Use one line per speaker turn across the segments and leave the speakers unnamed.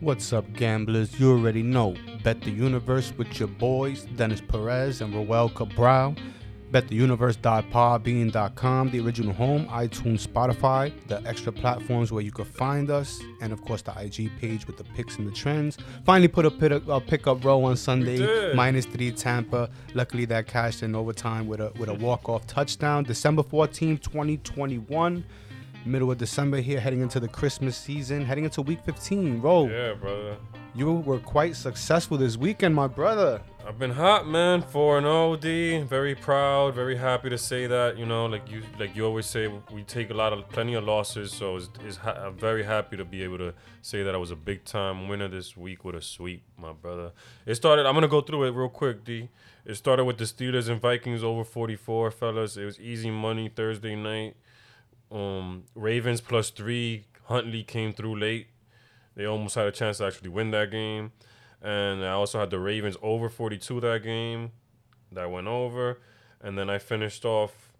What's up, gamblers? You already know. Bet the Universe with your boys, Dennis Perez and Roel Cabral. BetTheUniverse.podbean.com, the original home, iTunes, Spotify, the extra platforms where you can find us, and of course the IG page with the picks and the trends. Finally, put a, pit, a pickup row on Sunday,
did.
minus three Tampa. Luckily, that cashed in overtime with a with a walk off touchdown. December 14th, 2021. Middle of December here, heading into the Christmas season, heading into week 15. Roll.
Yeah, brother.
You were quite successful this weekend, my brother.
I've been hot, man. Four and OD. Very proud. Very happy to say that. You know, like you, like you always say, we take a lot of plenty of losses. So it's, it's ha- I'm very happy to be able to say that I was a big time winner this week with a sweep, my brother. It started. I'm gonna go through it real quick, D. It started with the Steelers and Vikings over 44, fellas. It was easy money Thursday night. Um, Ravens plus three. Huntley came through late. They almost had a chance to actually win that game. And I also had the Ravens over 42 that game. That went over. And then I finished off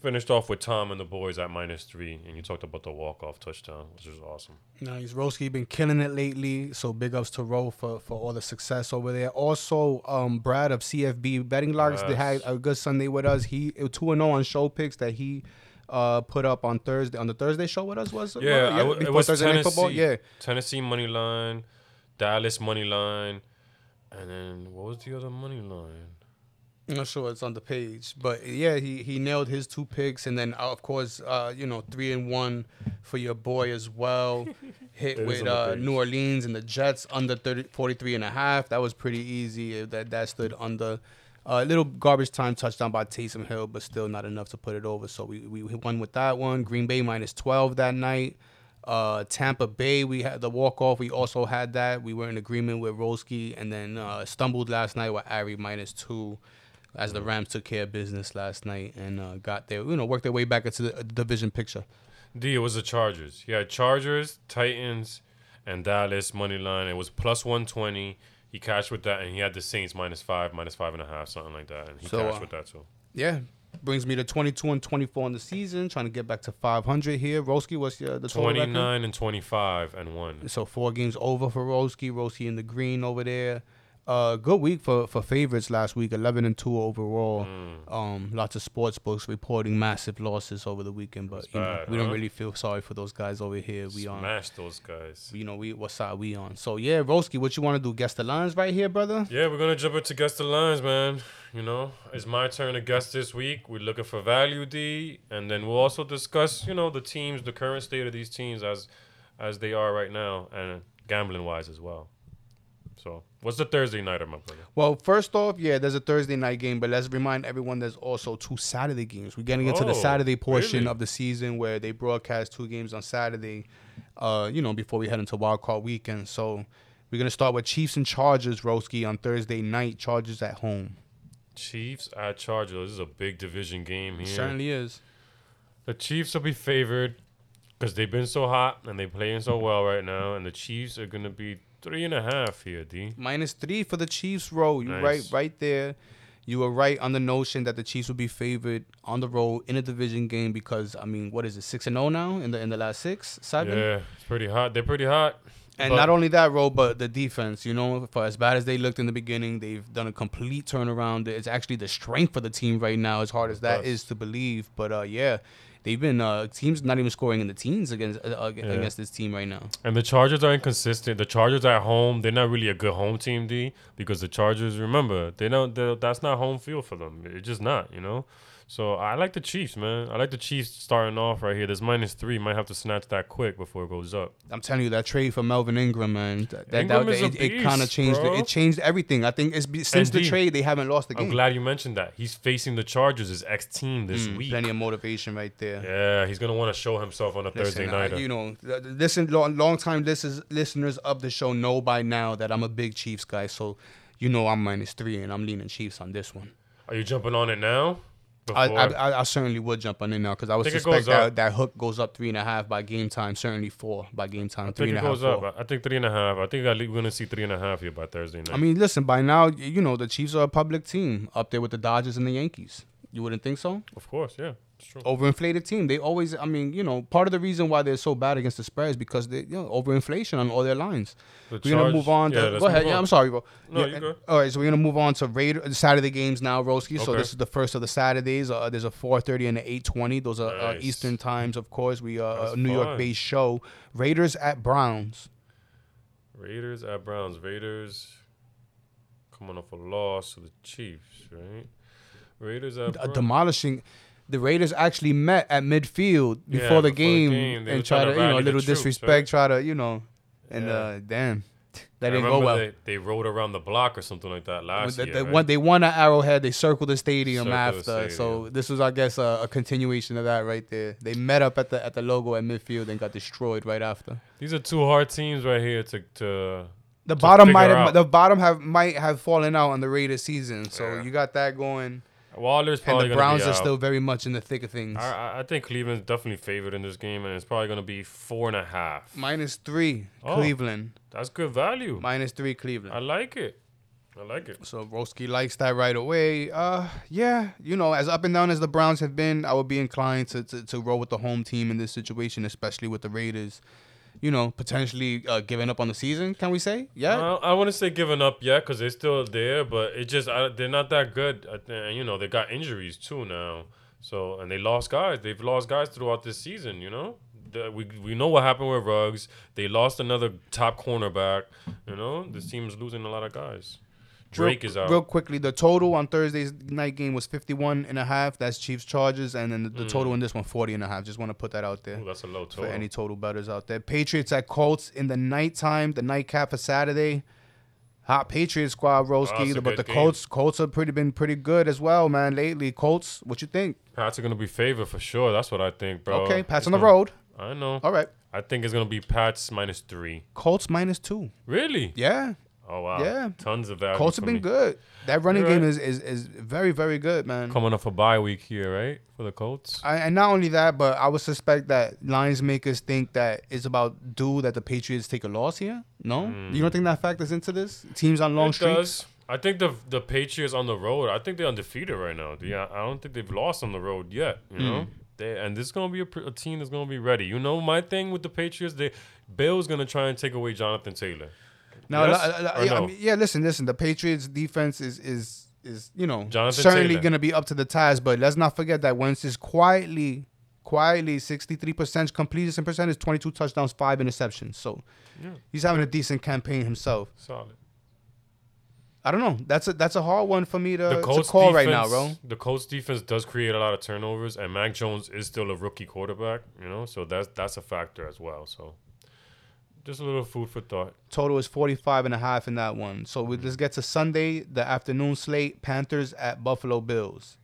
finished off with Tom and the boys at minus three. And you talked about the walk off touchdown, which was awesome.
Nice. Roski been killing it lately, so big ups to Ro for, for all the success over there. Also, um, Brad of CFB Betting Locks they had
Yes.
a good Sunday with us. He two and zero on show picks that he uh put up on Thursday on the Thursday show with us was it?
Yeah, I w- it
before
was
Thursday Night
Tennessee.
Football? Yeah,
Tennessee money line, Dallas money line, and then what was the other money line?
I'm not sure it's on the page, but yeah, he he nailed his two picks, and then uh, of course, uh, you know, three and one for your boy as well. Hit
It is
with
on the
uh,
page.
New Orleans and the Jets under 30, 43 and a half. That was pretty easy. Uh, That that stood under. uh, A little garbage time touchdown by Taysom Hill, but still not enough to put it over. So we, we won with that one. Green Bay minus 12 that night. Uh, Tampa Bay, we had the walk off. We also had that. We were in agreement with Roski, and then uh, stumbled last night with Ari minus two as the Rams took care of business last night and uh, got their, you know, worked their way back into the uh, division picture.
D, it was the Chargers. He had Chargers, Titans, and Dallas money line. It was plus one twenty. He cashed with that, and he had the Saints minus five, minus five and a half, something like that, and he
So,
cashed
uh,
with that too.
Yeah. Brings me to 22 and 24 in the season, trying to get back to 500 here. Roski, what's your, the total
Twenty
record?
nine and twenty five and one.
So four games over for Roski. Roski in the green over there. Uh, good week for, for favorites last week. Eleven and two overall.
Mm.
Um, lots of sports books reporting massive losses over the weekend, but you know,
bad,
we don't
huh?
really feel sorry for those guys over here. We on,
Smash those guys.
you know, we what side we on. So yeah, Roski, what you want to do? Guess the lines right here, brother.
Yeah, we're gonna jump into guess the lines, man. You know, it's my turn to guess this week. We're looking for value D, and then we'll also discuss, you know, the teams, the current state of these teams as, as they are right now, and gambling wise as well. So, what's the Thursday nighter, my brother?
Well, first off, yeah, there's a Thursday night game, but let's remind everyone there's also two Saturday games. We're getting into the
Oh,
Saturday portion
really?
of the season where they broadcast two games on Saturday, uh, you know, before we head into wild card weekend. So we're gonna start with Chiefs and Chargers, Roski, on Thursday night. Chargers at home.
Chiefs at Chargers. This is a big division game here.
Certainly is.
The Chiefs will be favored because they've been so hot and they're playing so well right now. And the Chiefs are going to be three and a half here, D.
Minus three for the Chiefs, row. You
Nice.
right right there. You were right on the notion that the Chiefs would be favored on the road in a division game because I mean, what is it, six and zero now in the in the last six, seven?
Yeah, it's pretty hot. They're pretty hot.
And
But-
not only that, Ro, but the defense, you know, for as bad as they looked in the beginning, they've done a complete turnaround. It's actually the strength of the team right now, as hard as that
Yes.
is to believe. But uh, yeah, they've been uh, teams not even scoring in the teens against uh, ag-
Yeah.
against this team right now.
And the Chargers are inconsistent. The Chargers at home, they're not really a good home team, D, because the Chargers, remember, they don't. they're- That's not home field for them. It's just not, you know. So I like the Chiefs, man. I like the Chiefs starting off right here. This minus three might have to snatch that quick before it goes up.
I'm telling you that trade for Melvin Ingram, man, th- that
Ingram
that,
is a
it, it kind of
beast,
changed
bro.
it, it changed everything. I think it's be, since the
D,
trade they haven't lost a game.
I'm glad you mentioned that. He's facing the Chargers, his ex team, this
Mm,
week.
Plenty of motivation right there.
Yeah, he's gonna want to show himself on a Thursday
Listen, I-
night.
you know, th- th- listen, long, long time listeners, listeners of the show know by now that I'm a big Chiefs guy. So, you know, I'm minus three and I'm leaning Chiefs on this one.
Are you jumping on it now?
I,
Before?
I, I- I certainly would jump on it now because I would
Think it
suspect
goes
that,
up.
that hook goes up three and a half by game time. Certainly four by game time.
I
Three
think
and a
it
half.
goes up.
four.
I think three and a half. I think at least we're gonna see three and a half here by Thursday night.
I mean, listen, by now, y- you know, the Chiefs are a public team up there with the Dodgers and the Yankees. You wouldn't think so?
of course, yeah. true.
Overinflated team. They always, I mean, you know, part of the reason why they're so bad against the Spurs because they, you know, overinflation on all their lines.
The
we're gonna
Charge-
move on. To,
yeah, let's
go ahead.
move
Yeah,
on.
I'm sorry, bro.
No,
Yeah,
you
and-
go.
All right, so we're gonna move on to Raider Saturday games now, Roski. So
Okay.
this is the first of the Saturdays. Uh, there's a 4:30 and an 8:20. Those are uh,
Nice.
Eastern times, of course. We are
That's
a New York-based show. Raiders at Browns.
Raiders at Browns. Raiders coming off a loss to the Chiefs, right? Raiders at
a
Browns.
uh, demolishing. The Raiders actually met at midfield
Yeah,
before the
before the
game,
game, they were
and try
trying
to,
to
you know a
rally the
little
troops,
disrespect,
right?
try to you know, and
Yeah.
uh, damn, that
I
didn't go
remember
well.
They, they rode around the block or something like that
When
last
they,
year.
they
right?
won, they won at Arrowhead. They circled the stadium
Circled the
after. So
stadium.
this was, I guess, a, a continuation of that right there. They met up at the at the logo at midfield and got destroyed right after.
These are two hard teams right here to to
The
To
bottom
figure
might have,
out.
the bottom have might have fallen out on the Raiders season. So
Yeah.
you got that going,
Waller's
and
probably
the
gonna
Browns
be
are
out.
still very much in the thick of things.
I- I, I think Cleveland's definitely favored in this game, and it's probably gonna be four and a half.
Minus three,
Oh.
Cleveland.
That's good value.
Minus three, Cleveland.
I like it. I like it.
So Roski likes that right away. Uh, yeah, you know, as up and down as the Browns have been, I would be inclined to to, to roll with the home team in this situation, especially with the Raiders. You know, potentially uh, giving up on the season. Can we say? Yeah.
I, Uh, I wouldn't say giving up yet because they're still there, but it just I, they're not that good. I thi- And you know they got injuries too now, so and they lost guys. They've lost guys throughout this season. You know, The- we we know what happened with Ruggs. They lost another top cornerback. You know, this team's losing a lot of guys. Drake
real,
is out.
Real quickly, the total on Thursday's night game was 51 and a half. That's Chiefs Chargers, and then the, the
Mm.
total in this one 40 and a half. Just want to put that out there.
Ooh, that's a low
for
total.
any total betters out there. Patriots at Colts in the nighttime, the nightcap for Saturday. Hot Patriots squad,
Oh, it's
Roski,
a
but the
good game.
Colts, Colts have pretty been pretty good as well, man. Lately, Colts, what you think?
Pats are gonna be favored for sure. That's what I think, bro.
okay, Pats
It's
on the
gonna-
road.
I know.
All right,
I think it's gonna be Pats minus three.
Colts minus two.
Really?
Yeah,
Oh wow.
Yeah.
Tons of value.
Colts have
for
been
me.
good. That running
You're
game
right.
is, is is very very good, man.
Mm-hmm. Coming off a bye week here, right? For the Colts.
I, and not only that, but I would suspect that lines makers think that it's about due that the Patriots take a loss here. No, you don't think that factors into this? Teams on long
Mm. It
streaks.
does. I think the the Patriots on the road. I think they're undefeated right now. Yeah, I don't think they've lost on the road yet. You know, they and this is gonna be a, pr- a team that's gonna be ready. You know, my thing with the Patriots, they Bill's gonna try and take away Jonathan Taylor.
Now,
Yes
li- li-
or
yeah, I
no?
mean, yeah, listen, listen. The Patriots' defense is is is you know
Jonathan
certainly
Taylor.
going to be up to the task, but let's not forget that Wentz is quietly, quietly sixty three percent completion percentage, twenty two touchdowns, five interceptions. So
Yeah.
he's having a decent campaign himself.
Solid.
I don't know. That's a that's a hard one for me to,
The
to
Colts
call
defense,
right now, bro.
The Colts defense does create a lot of turnovers, and Mac Jones is still a rookie quarterback. You know, so that's that's a factor as well. So, just a little food for thought.
Total is 45 and a half in that one. So we, let's get to Sunday, the afternoon slate, Panthers at Buffalo Bills.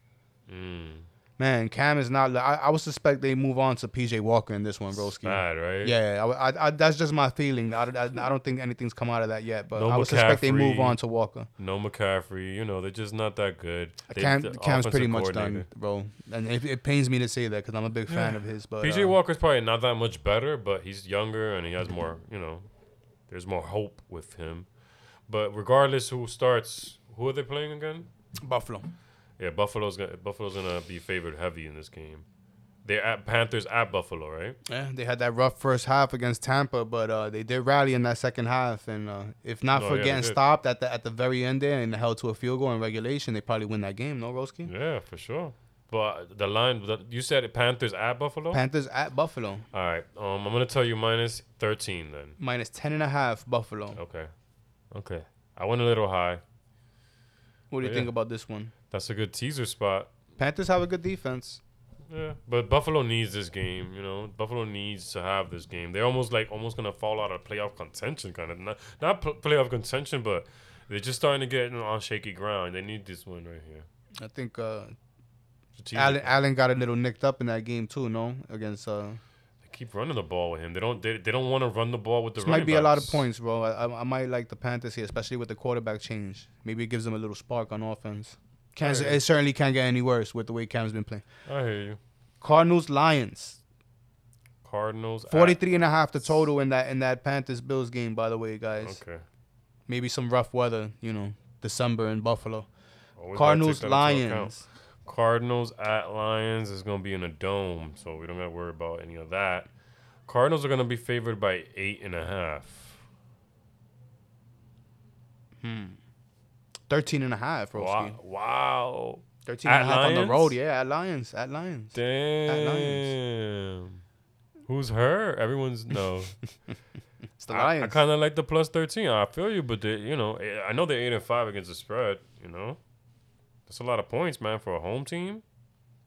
Mm,
Man, Cam is not. I, I would suspect they move on to PJ Walker in this one, Broski.
bad, right?
Yeah, I, I, I, that's just my feeling. I, I, I don't think anything's come out of that yet, but
No
I would suspect they move
McCaffrey.
on to Walker.
No McCaffrey. You know, they're just not that good. They-
Uh, Cam,
the
Cam's pretty
offensive
much
coordinator.
done, bro. And it, it pains me to say that because I'm a big fan of his. But
PJ
uh,
Walker's probably not that much better, but he's younger and he has more, you know, there's more hope with him. But regardless who starts, who are they playing again?
Buffalo.
Yeah, Buffalo's gonna, Buffalo's gonna be favored heavy in this game. They're at Panthers at Buffalo, right?
Yeah, they had that rough first half against Tampa, but uh, they did rally in that second half. And uh, if not
No,
for
Oh, yeah, they
getting
did.
stopped at the at the very end there and held to a field goal in regulation, they probably win that game. No, Roski.
Yeah, for sure. But the line, the, you said Panthers at Buffalo.
Panthers at Buffalo
All right, um, I'm gonna tell you minus 13 then.
minus ten and a half. Buffalo.
Okay, okay. I went a little high.
What do you
Yeah.
think about this one?
That's a good teaser spot.
Panthers have a good defense.
Yeah, but Buffalo needs this game. You know, Buffalo needs to have this game. They're almost like almost gonna fall out of playoff contention, kind of not not pl- playoff contention, but they're just starting to get you know, on shaky ground. They need this one right here.
I think uh,
Strategic.
Allen Allen got a little nicked up in that game too, no? Against uh,
They keep running the ball with him. They don't. They, they don't want to run the ball with the.
this might
running
be a lot of
backs.
points, bro. I, I, I might like the Panthers here, especially with the quarterback change. Maybe it gives them a little spark on offense. Can
Alright.
it certainly can't get any worse with the way Cam's been playing.
I hear you.
Cardinals Lions.
Cardinals. at-
43 and a half the total in that in that Panthers Bills game by the way, guys.
Okay.
Maybe some rough weather, you know, December in Buffalo.
Always gotta take
Cardinals
that into account.
Lions.
Cardinals at Lions is going to be in a dome, so we don't got to worry about any of that. Cardinals are going to be favored by eight and a half.
13 and a half, Roski.
Wow. wow.
13 and a
At
half on
Lions?
the road. Yeah, at Lions. At Lions.
Damn. Who's her? Everyone's no.
It's the
I,
Lions.
kind of like the plus thirteen. I feel you, but they, you know, eh, I know they're eight and five against the spread. You know, that's a lot of points, man, for a home team.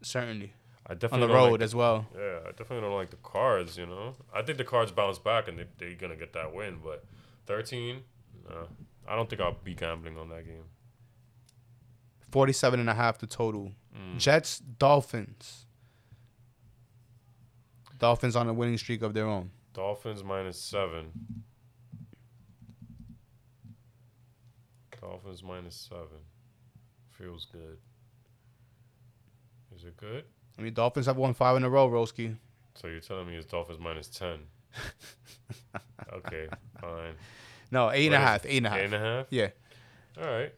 Certainly.
I
On
definitely
the
don't like
road as well.
Yeah, I definitely don't like the cards, you know. I think the cards bounce back and they, they're going to get that win, but 13, no. I don't think I'll be gambling on that game.
47 and a half the total.
Mm.
Jets, Dolphins. Dolphins on a winning streak of their own.
Dolphins minus seven. Dolphins minus seven. Feels good. Is it good?
I mean, Dolphins have won five in a row, Roski.
So you're telling me it's Dolphins minus 10. okay, fine.
No, eight and a
What is
half. Eight and a half.
Eight and a half?
Yeah.
All right.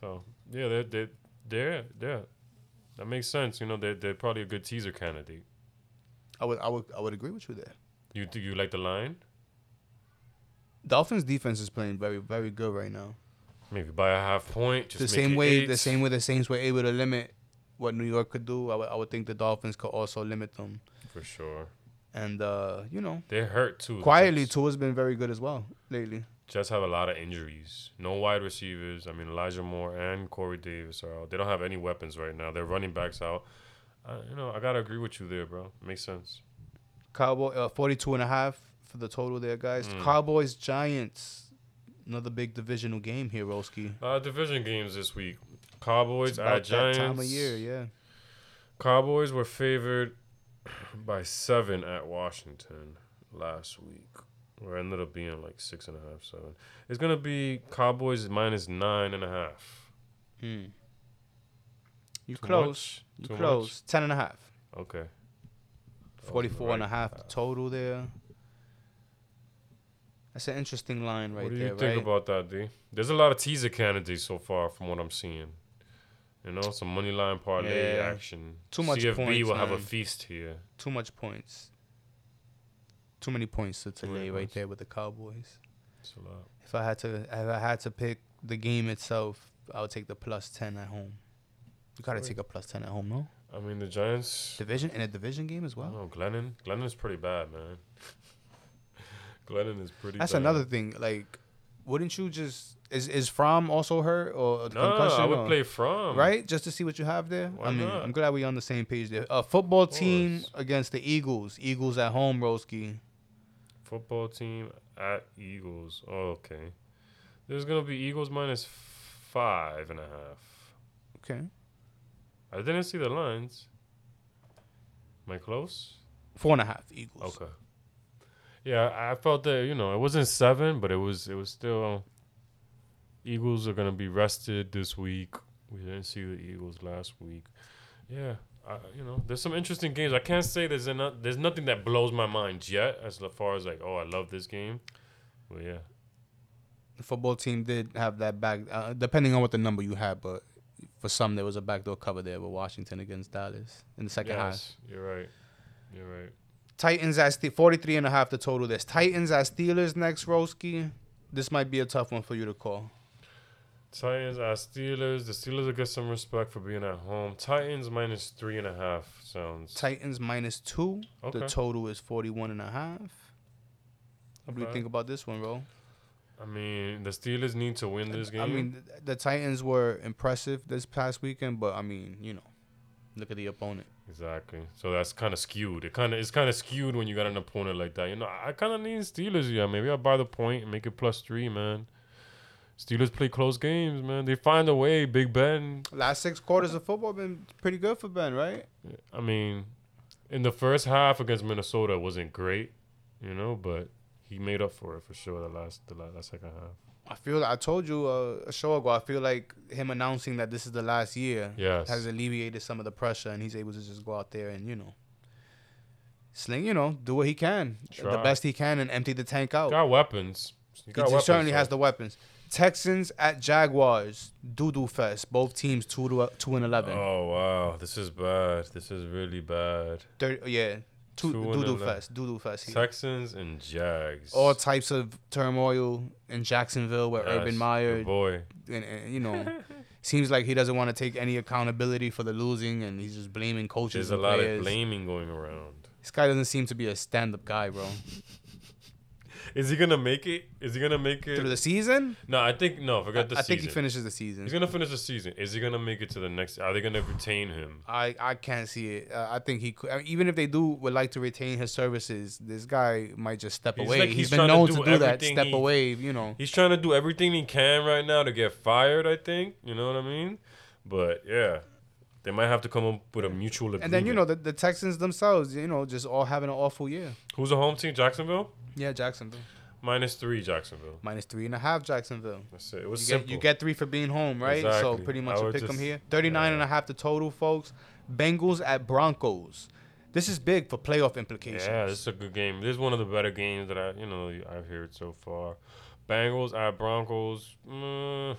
So yeah, they're they they're yeah, that makes sense. You know, they they're probably a good teaser candidate.
I would, I would, I would agree with you there.
You do you like the line?
Dolphins defense is playing very, very good right now.
Maybe by a half point. Just
the
make
same
it
way,
eight.
the same way the Saints were able to limit what New York could do. I would, I would think the Dolphins could also limit them.
for sure.
And uh, you know,
They hurt too. The
quietly
Jets-
Tua's been very good as well lately.
Jets have a lot of injuries. No wide receivers. I mean, Elijah Moore and Corey Davis are out. They don't have any weapons right now. Their running backs out. I, you know, I gotta agree with you there, bro. Makes sense.
Cowboy uh, 42 and a half for the total there, guys.
Mm.
Cowboys Giants, another big divisional game here, Roski.
Uh, division games this week. Cowboys
About
at Giants.
that time of year, yeah.
Cowboys were favored by seven at Washington last week. Or it ended up being like six and a half, seven. It's gonna be Cowboys minus nine and a half.
Hmm. You
Too
close.
much?
You
Too much?
close. Ten and a half.
Okay. was
44 and a
right.
half the total there. That's an interesting line right
what do
there,
you think
right?
about that, D? There's a lot of teaser candidates so far from what I'm seeing. You know, some money line parlay
Yeah.
action.
Too much
CFB
points,
will have a
man.
feast here.
Too much points. Too many points to
many
today right
points.
there with the Cowboys.
It's a lot.
If I had to if I had to pick the game itself, I would take the plus 10 at home. You got to
Sweet.
take a plus 10 at home, no?
I mean, the Giants.
Division in a division game as
I
well.
don't know, Glennon. Glennon's pretty bad, man. Glennon is pretty.
That's
bad.
another thing. Like, wouldn't you just is is From also hurt or the
No,
concussion?
I would
or-
play from.
right just to see what you have there.
Why
I mean,
not?
I'm glad we're on the same page there. A football team
course.
against the Eagles. Eagles at home, Roski.
Football team at Eagles. Oh, okay. There's gonna be Eagles minus five and a half.
Okay,
I didn't see the lines. Am I close?
four and a half Eagles.
Okay. Yeah, I I felt that you know it wasn't seven, but it was it was still. Eagles are gonna be rested this week. We didn't see the Eagles last week. Yeah, I, you know, there's some interesting games. I can't say there's enough. There's nothing that blows my mind yet, as la- far as like, oh, I love this game. But yeah,
The football team did have that back, uh, depending on what the number you had, but for some there was a backdoor cover there with Washington against Dallas in the second half.
yes, you're right. You're right.
Titans at Ste- 43 and a half the total. This Titans at Steelers next, Roski. This might be a tough one for you to call.
Titans at Steelers. The Steelers will get some respect for being at home. Titans minus three and a half sounds.
Titans minus two.
Okay.
The total is 41 and a half. What do you
Okay.
think about this one, bro?
I mean, the Steelers need to win this game.
I mean, th- the Titans were impressive this past weekend, but I mean, you know, look at the opponent.
Exactly. So that's kind of skewed. It kind of it's kind of skewed when you got an opponent like that. You know, I kind of need Steelers here. Maybe I'll buy the point and make it plus three, man. Steelers play close games, man. They find a way. Big Ben.
Last six quarters of football been pretty good for Ben, right?
I mean, in the first half against Minnesota it wasn't great, you know, but he made up for it for sure. The last the last, last second half.
I feel I told you uh, a show ago. I feel like him announcing that this is the last year
Yes.
has alleviated some of the pressure, and he's able to just go out there and you know, sling, you know, do what he can,
Try.
the best he can, and empty the tank out.
Got weapons. He
He
got
certainly
so-
has the weapons. Texans at Jaguars. Doodoo fest. Both teams two to two and eleven.
Oh wow, this is bad. This is really bad.
Thir- yeah. Two,
Two and
doodoo
11.
fest. Doodoo fest. Here.
Texans and Jags.
All types of turmoil in Jacksonville where
Yes,
Urban
your
Meyer
boy.
and, and you know seems like he doesn't want to take any accountability for the losing and he's just blaming coaches
There's a
and
lot
players.
of blaming going around.
This guy doesn't seem to be a stand-up guy, bro.
Is he gonna make it? Is he gonna make
Through
it?
the season,
No, I think no.
I,
Forget the
I
season.
think he finishes the season.
He's gonna finish the season. Is he gonna make it to the next? Are they gonna retain him?
I, I can't see it. Uh, I think he could. I mean, even if they do would like to retain his services, this guy might just step
He's
away.
like-
he's
he's
been
trying to
known to
do
do, that.
everything
Step
he-
away, you know.
He's trying to do everything he can right now to get fired. I think you know what I mean. But yeah, they might have to come up with a mutual agreement.
And then you know the, the Texans themselves, you know, just all having an awful year.
who's the home team? Jacksonville
Yeah, Jacksonville
minus three. Jacksonville.
minus three and a half. Jacksonville.
That's it. It was
You
simple.
get, you get three for being home, right? So
Exactly.
pretty much
I
you
would
pick them
just-
here. 39 and a half the total, folks. Bengals at Broncos. This is big for playoff implications.
Yeah, this is a good game. This is one of the better games that I, you know, I've heard so far. Bengals at Broncos. mm,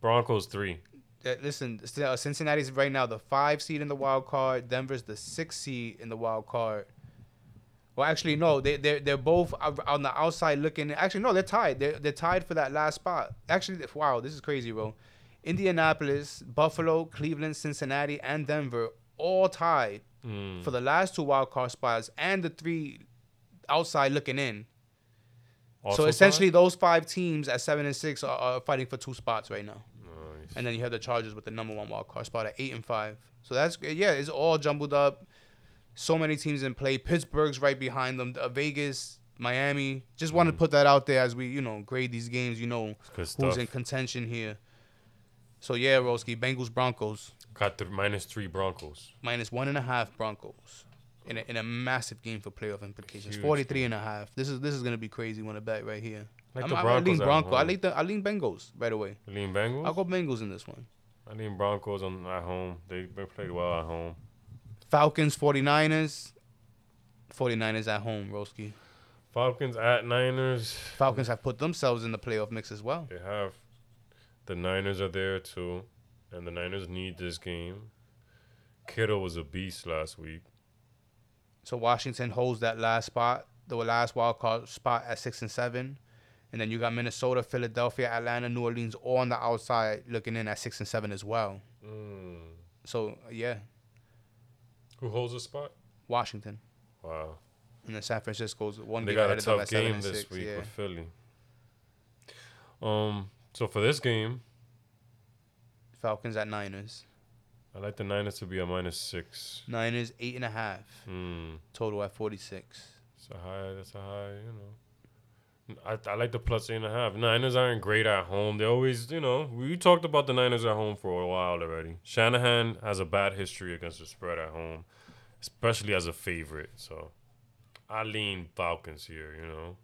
Broncos three.
Uh, listen, C- uh, Cincinnati's right now the five seed in the wild card. Denver's the six seed in the wild card. Well, actually, no, they they're, they're both o- on the outside looking. Actually, no, they're tied. They're, they're tied for that last spot. Actually, th- wow, this is crazy, bro. Indianapolis, Buffalo, Cleveland, Cincinnati, and Denver all tied
Mm.
for the last two wild card spots and the three outside looking in.
Also
so
tied?
essentially, those five teams at seven and six are, are fighting for two spots right now.
Nice.
And then you have the Chargers with the number one wild card spot at eight and five. So that's yeah, it's all jumbled up. So many teams in play. Pittsburgh's right behind them. Uh, Vegas, Miami. Just
Mm.
want to put that out there as we you know grade these games. You know
good
who's
stuff.
in contention here. So yeah, Roski, Bengals Broncos
Got the minus three Broncos.
minus one and a half Broncos. In a, in a massive game for playoff implications,
Huge
43 and a half. This is this is gonna be crazy. Want to bet right here?
Like
I'm,
the
I'm, I lean
Broncos at
Bronco. I
home.
lean the, I lean Bengals right away.
Lean Bengals.
I'll go Bengals in this one.
I lean Broncos on at home. They they played well at home.
Falcons, 49ers. 49ers at home, Roski.
Falcons at Niners.
Falcons have put themselves in the playoff mix as well.
They have the Niners are there too, and the Niners need this game. Kittle was a beast last week.
So Washington holds that last spot, the last wild card spot at six and seven. And then you got Minnesota, Philadelphia, Atlanta, New Orleans all on the outside looking in at six and seven as well.
Mm.
So yeah,
Who holds the spot?
Washington.
Wow.
And then San Francisco's one
They
game
got a
ahead of them
tough
at seven
game
and
this
six,
week
yeah.
with Philly. Um, so for this game,
Falcons at Niners.
I like the Niners to be a minus six.
Niners eight and a half
Hmm,
total at forty six.
it's a high. That's a high. You know, I, I like the plus eight and a half. Niners aren't great at home. They always, you know, we talked about the Niners at home for a while already. Shanahan has a bad history against the spread at home, especially as a favorite. So, I lean Falcons here. You know,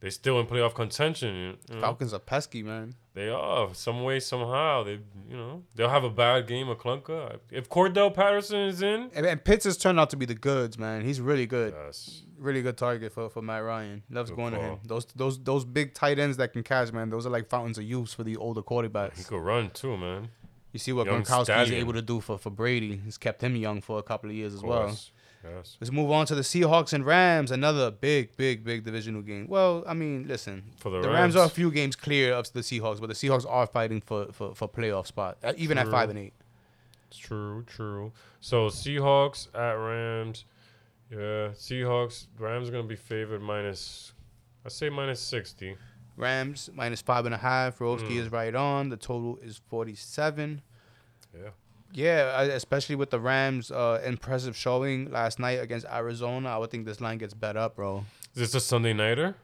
they still in playoff contention. You you know?
Falcons are pesky, man.
They are some way somehow. They you know they'll have a bad game of Klunka if Cordell Patterson is in.
And, and Pitts has turned out to be the goods, man. He's really good.
Yes,
really good target for, for Matt Ryan. Loves
Good
going to him.
call.
Those those those big tight ends that can catch, man. Those are like fountains of youth for the older
he
quarterbacks.
could run too, man.
You see what
Young
Gronkowski's
stallion.
able to do for for Brady. He's kept him young for a couple of years as
Of
well.
course. Yes.
Let's move on to the Seahawks and Rams. Another big, big, big divisional game. Well, I mean, listen,
For
the
the,
Rams, are a few games clear of the Seahawks, but the Seahawks are fighting for for, for playoff spot, uh, even at
True.
five and eight.
True, true. So Seahawks at Rams. Yeah, Seahawks. Rams are gonna be favored minus. I say minus sixty.
Rams minus five and a half. Rowski
Mm.
is right on. The total is forty-seven.
Yeah.
Yeah, I- especially with the Rams' uh, impressive showing last night against Arizona, I would think this line gets bet up, bro.
Is this a Sunday nighter?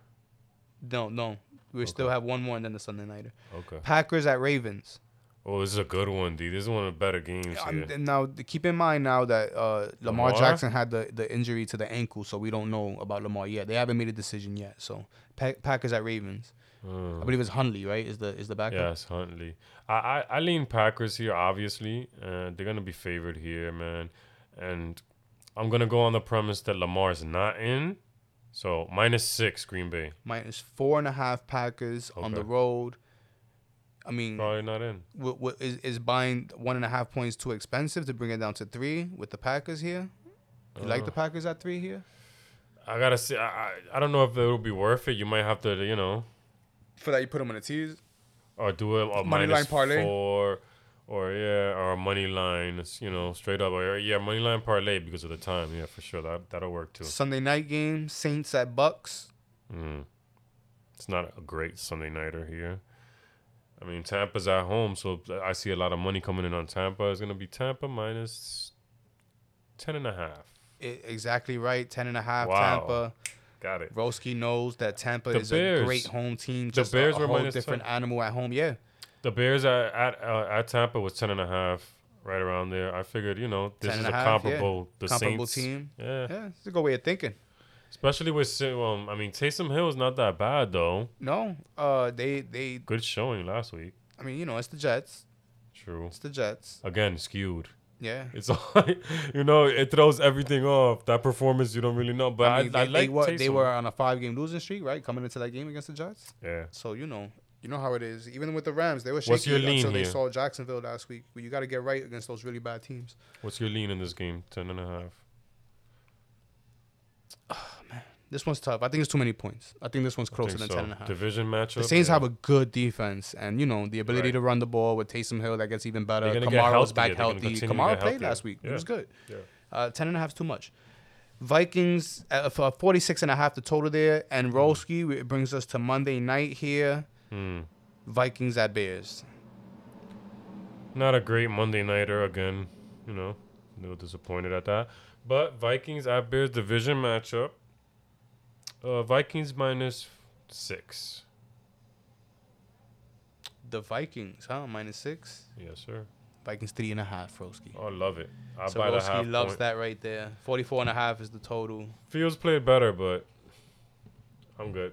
No, no, we still have one more and then the Sunday nighter.
Okay.
Packers at Ravens.
Oh, this is a good one, D. This is one of the better games
Um,
here.
th- now th- keep in mind now that uh, Lamar,
Lamar?
Jackson had the, the injury to the ankle, so we don't know about Lamar yet. They haven't made a decision yet. So pa- Packers at Ravens.
Mm.
I believe it's Hundley, right? Is the is the backup?
Yes, Huntley. I, I, I lean Packers here, obviously. Uh, they're going to be favored here, man. And I'm going to go on the premise that Lamar's not in. So minus six, Green Bay.
Minus four and a half Packers on the
Okay.
road. I mean,
Probably not in.
w- w- is, is buying one and a half points too expensive to bring it down to three with the Packers here? You like the Packers at three here
I gotta say, I, I, I don't know if it'll be worth it. You might have to, you know,
for that? You put them on the tees.
or do a, a
Money
minus
line parlay?
four, or yeah, or a money line. It's, you know, straight up. Or yeah, money line parlay because of the time. Yeah, for sure. That that'll work too.
Sunday night game, Saints at Bucks.
Mm. It's not a great Sunday nighter here. I mean, Tampa's at home, so I see a lot of money coming in on Tampa. It's gonna be Tampa minus ten and a half.
I- exactly right, ten and a half.
Wow.
Tampa.
Got it.
Roski knows that Tampa
The
is a
Bears-
great home team.
the
Just a-
Bears
a,
were
whole
minus
different animal at home. Yeah,
The Bears at at, uh, at Tampa was ten and a half, right around there. I figured, you know, this
10
is
and
a
a half, yeah.
comparable the
comparable
Saints.
team.
Yeah.
Yeah, it's a good way of thinking.
especially with Sa- um, I mean, Taysom Hill is not that bad though.
No, uh, they they.
Good showing last week.
I mean, you know, it's the Jets.
True.
It's the Jets.
Again, skewed.
Yeah.
It's all, you know, it throws everything off. That performance, you don't really know. But I,
I mean, they,
I
they
like
were,
Taysom.
they were on a five game losing streak, right? Coming into that game against the Jets.
Yeah.
So you know, you know how it is. Even with the Rams, they were shaky
What's your lean
until they
here?
saw Jacksonville last week. But you got to get right against those really bad teams.
What's your lean in this game? Ten and a half.
This one's tough. I think it's too many points. I think this one's
I
closer
think
than
so.
ten and a half.
Division matchup.
The Saints
yeah.
have a good defense, and you know the ability
Right.
to run the ball with Taysom Hill that gets even better.
They're gonna get
Kamara's
healthier.
back
They're gonna
healthy.
continue to
Kamara
get
played
healthier.
last week. It
Yeah.
was good.
Yeah.
Uh, ten and a half is too much. Vikings at for 46 and a half the total there, and
Mm-hmm.
Rolski it brings us to Monday night here.
Hmm.
Vikings at Bears.
Not a great Monday nighter again. You know, a little disappointed at that. But Vikings at Bears division matchup. Uh, Vikings minus six.
The Vikings, huh? Minus six.
Yes, sir. Oh,
Vikings three and a half. Rolski.
I love it. I
so
buy the
Rolski
half
loves
point.
that right there. 44 and a half is the total.
Fields played better, but I'm good.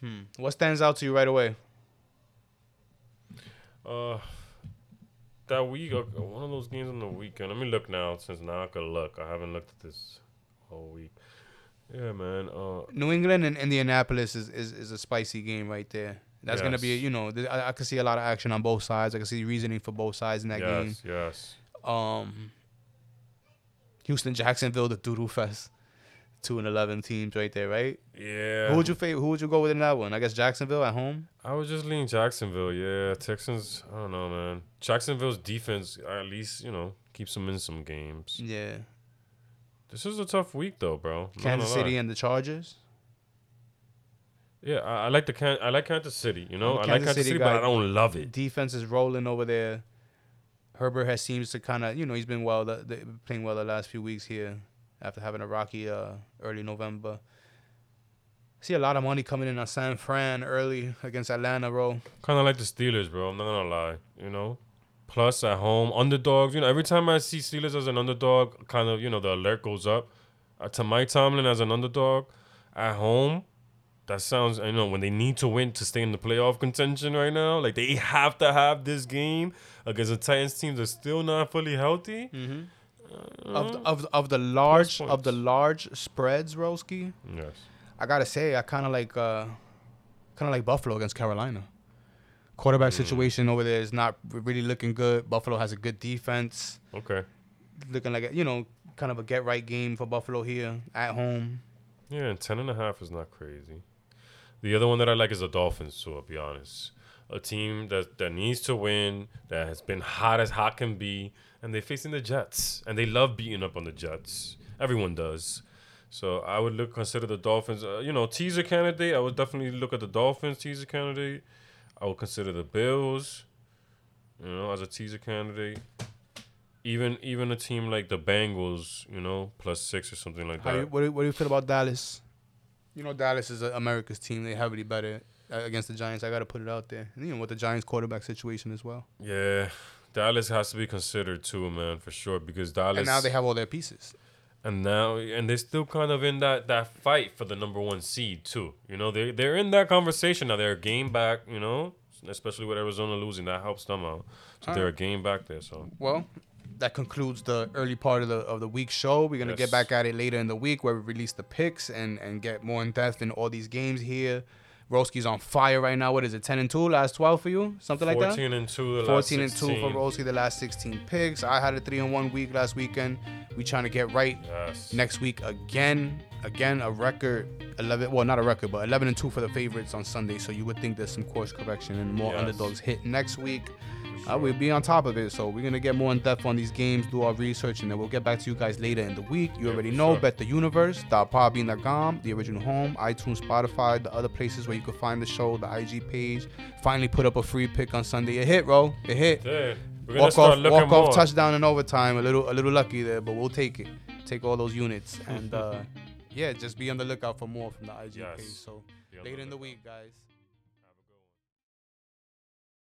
Hmm. What stands out to you right away?
Uh, that week, uh, one of those games on the weekend. Let me look now, since now I could look. I haven't looked at this whole week. Yeah, man. Uh,
New England and Indianapolis is, is, is a spicy game right there. That's gonna be
Yes.
you know th- I, I can see a lot of action on both sides. I can see reasoning for both sides in that game.
yes, yes.
Um, Houston, Jacksonville, the doodoo fest, two and eleven teams right there, right?
Yeah.
Who would you favor? Who would you go with in that one? I guess Jacksonville at home.
I was just leaning Jacksonville. Yeah, Texans. I don't know, man. Jacksonville's defense at least you know keeps them in some games.
Yeah,
This is a tough week though, bro. Not
Kansas
gonna lie.
City and the Chargers.
Yeah, I, I like the can. I like Kansas City. You know,
I'm a
I like
Kansas
Kansas
City
City, but
guy.
I don't love it.
Defense is rolling over there. Herbert has seems to kind of you know he's been well the, the, playing well the last few weeks here after having a rocky uh, early November. see a lot of money coming in on San Fran early against Atlanta, bro.
Kind of like the Steelers, bro. I'm not gonna lie. You know, plus at home underdogs. You know, every time I see Steelers as an underdog, kind of you know the alert goes up. Uh, to Mike Tomlin as an underdog at home, that sounds. You know, when they need to win to stay in the playoff contention right now, like they have to have this game against the Titans team that's still not fully healthy.
Of the, of the- of the large
Plus
of the large spreads, Roski.
Yes.
I gotta say, I kind of like, uh, kind of like Buffalo against Carolina. Quarterback situation over there is not really looking good. Buffalo has a good defense,
Okay.
looking like a, you know, kind of a get right game for Buffalo here at home.
Yeah, and ten and a half is not crazy. The other one that I like is the Dolphins, too, I'll be honest. A team that, that needs to win, that has been hot as hot can be, and they're facing the Jets. And they love beating up on the Jets. Everyone does. So I would look consider the Dolphins, uh, you know, teaser candidate. I would definitely look at the Dolphins teaser candidate. I would consider the Bills, you know, as a teaser candidate. Even even a team like the Bengals, you know, plus six or something like
How
that.
you, what, do you, what do you feel about Dallas? You know, Dallas is uh, America's team. They heavily better uh, against the Giants. I gotta put it out there. And you know, with the Giants quarterback situation as well.
Yeah, Dallas has to be considered too, man, for sure. Because Dallas
And now they have all their pieces.
and now and they're still kind of in that that fight for the number one seed too. You know, they they're in that conversation now. They're a game back. You know, especially with Arizona losing, that helps them out. So
All
they're a game back there. So
Well, that concludes the early part of the of the week show. We're gonna get
Yes.
back at it later in the week where we release the picks and and get more in depth in all these games here. Roski's on fire right now. What is it? Ten and two, last twelve for you, something like that.
14 and 2 the last
14 and 2 for
16.
Roski the last 16 picks. I had a 3 and 1 week last weekend. We trying to get right
Yes.
next week again. Again, a record 11 well, not a record, but 11 and 2 for the favorites on Sunday. So you would think there's some course correction and more
Yes.
underdogs hit next week. Uh, we'll be on top of it. So we're going to get more in depth on these games, do our research, and then we'll get back to you guys later in the week. You already
for
know,
sure.
bet the universe.podbean.com, the original home, iTunes, Spotify, the other places where you can find the show, the IG page. Finally put up a free pick on Sunday. It hit, bro. It hit.
Dude, we're gonna
Walk
start
off,
looking
walk
more.
off touchdown in overtime. A little, a little lucky there, but we'll take it. Take all those units, and uh, yeah, just be on the lookout for more from the IG
Yes.
page. So
Be on the
later in the
lookout.
week, guys.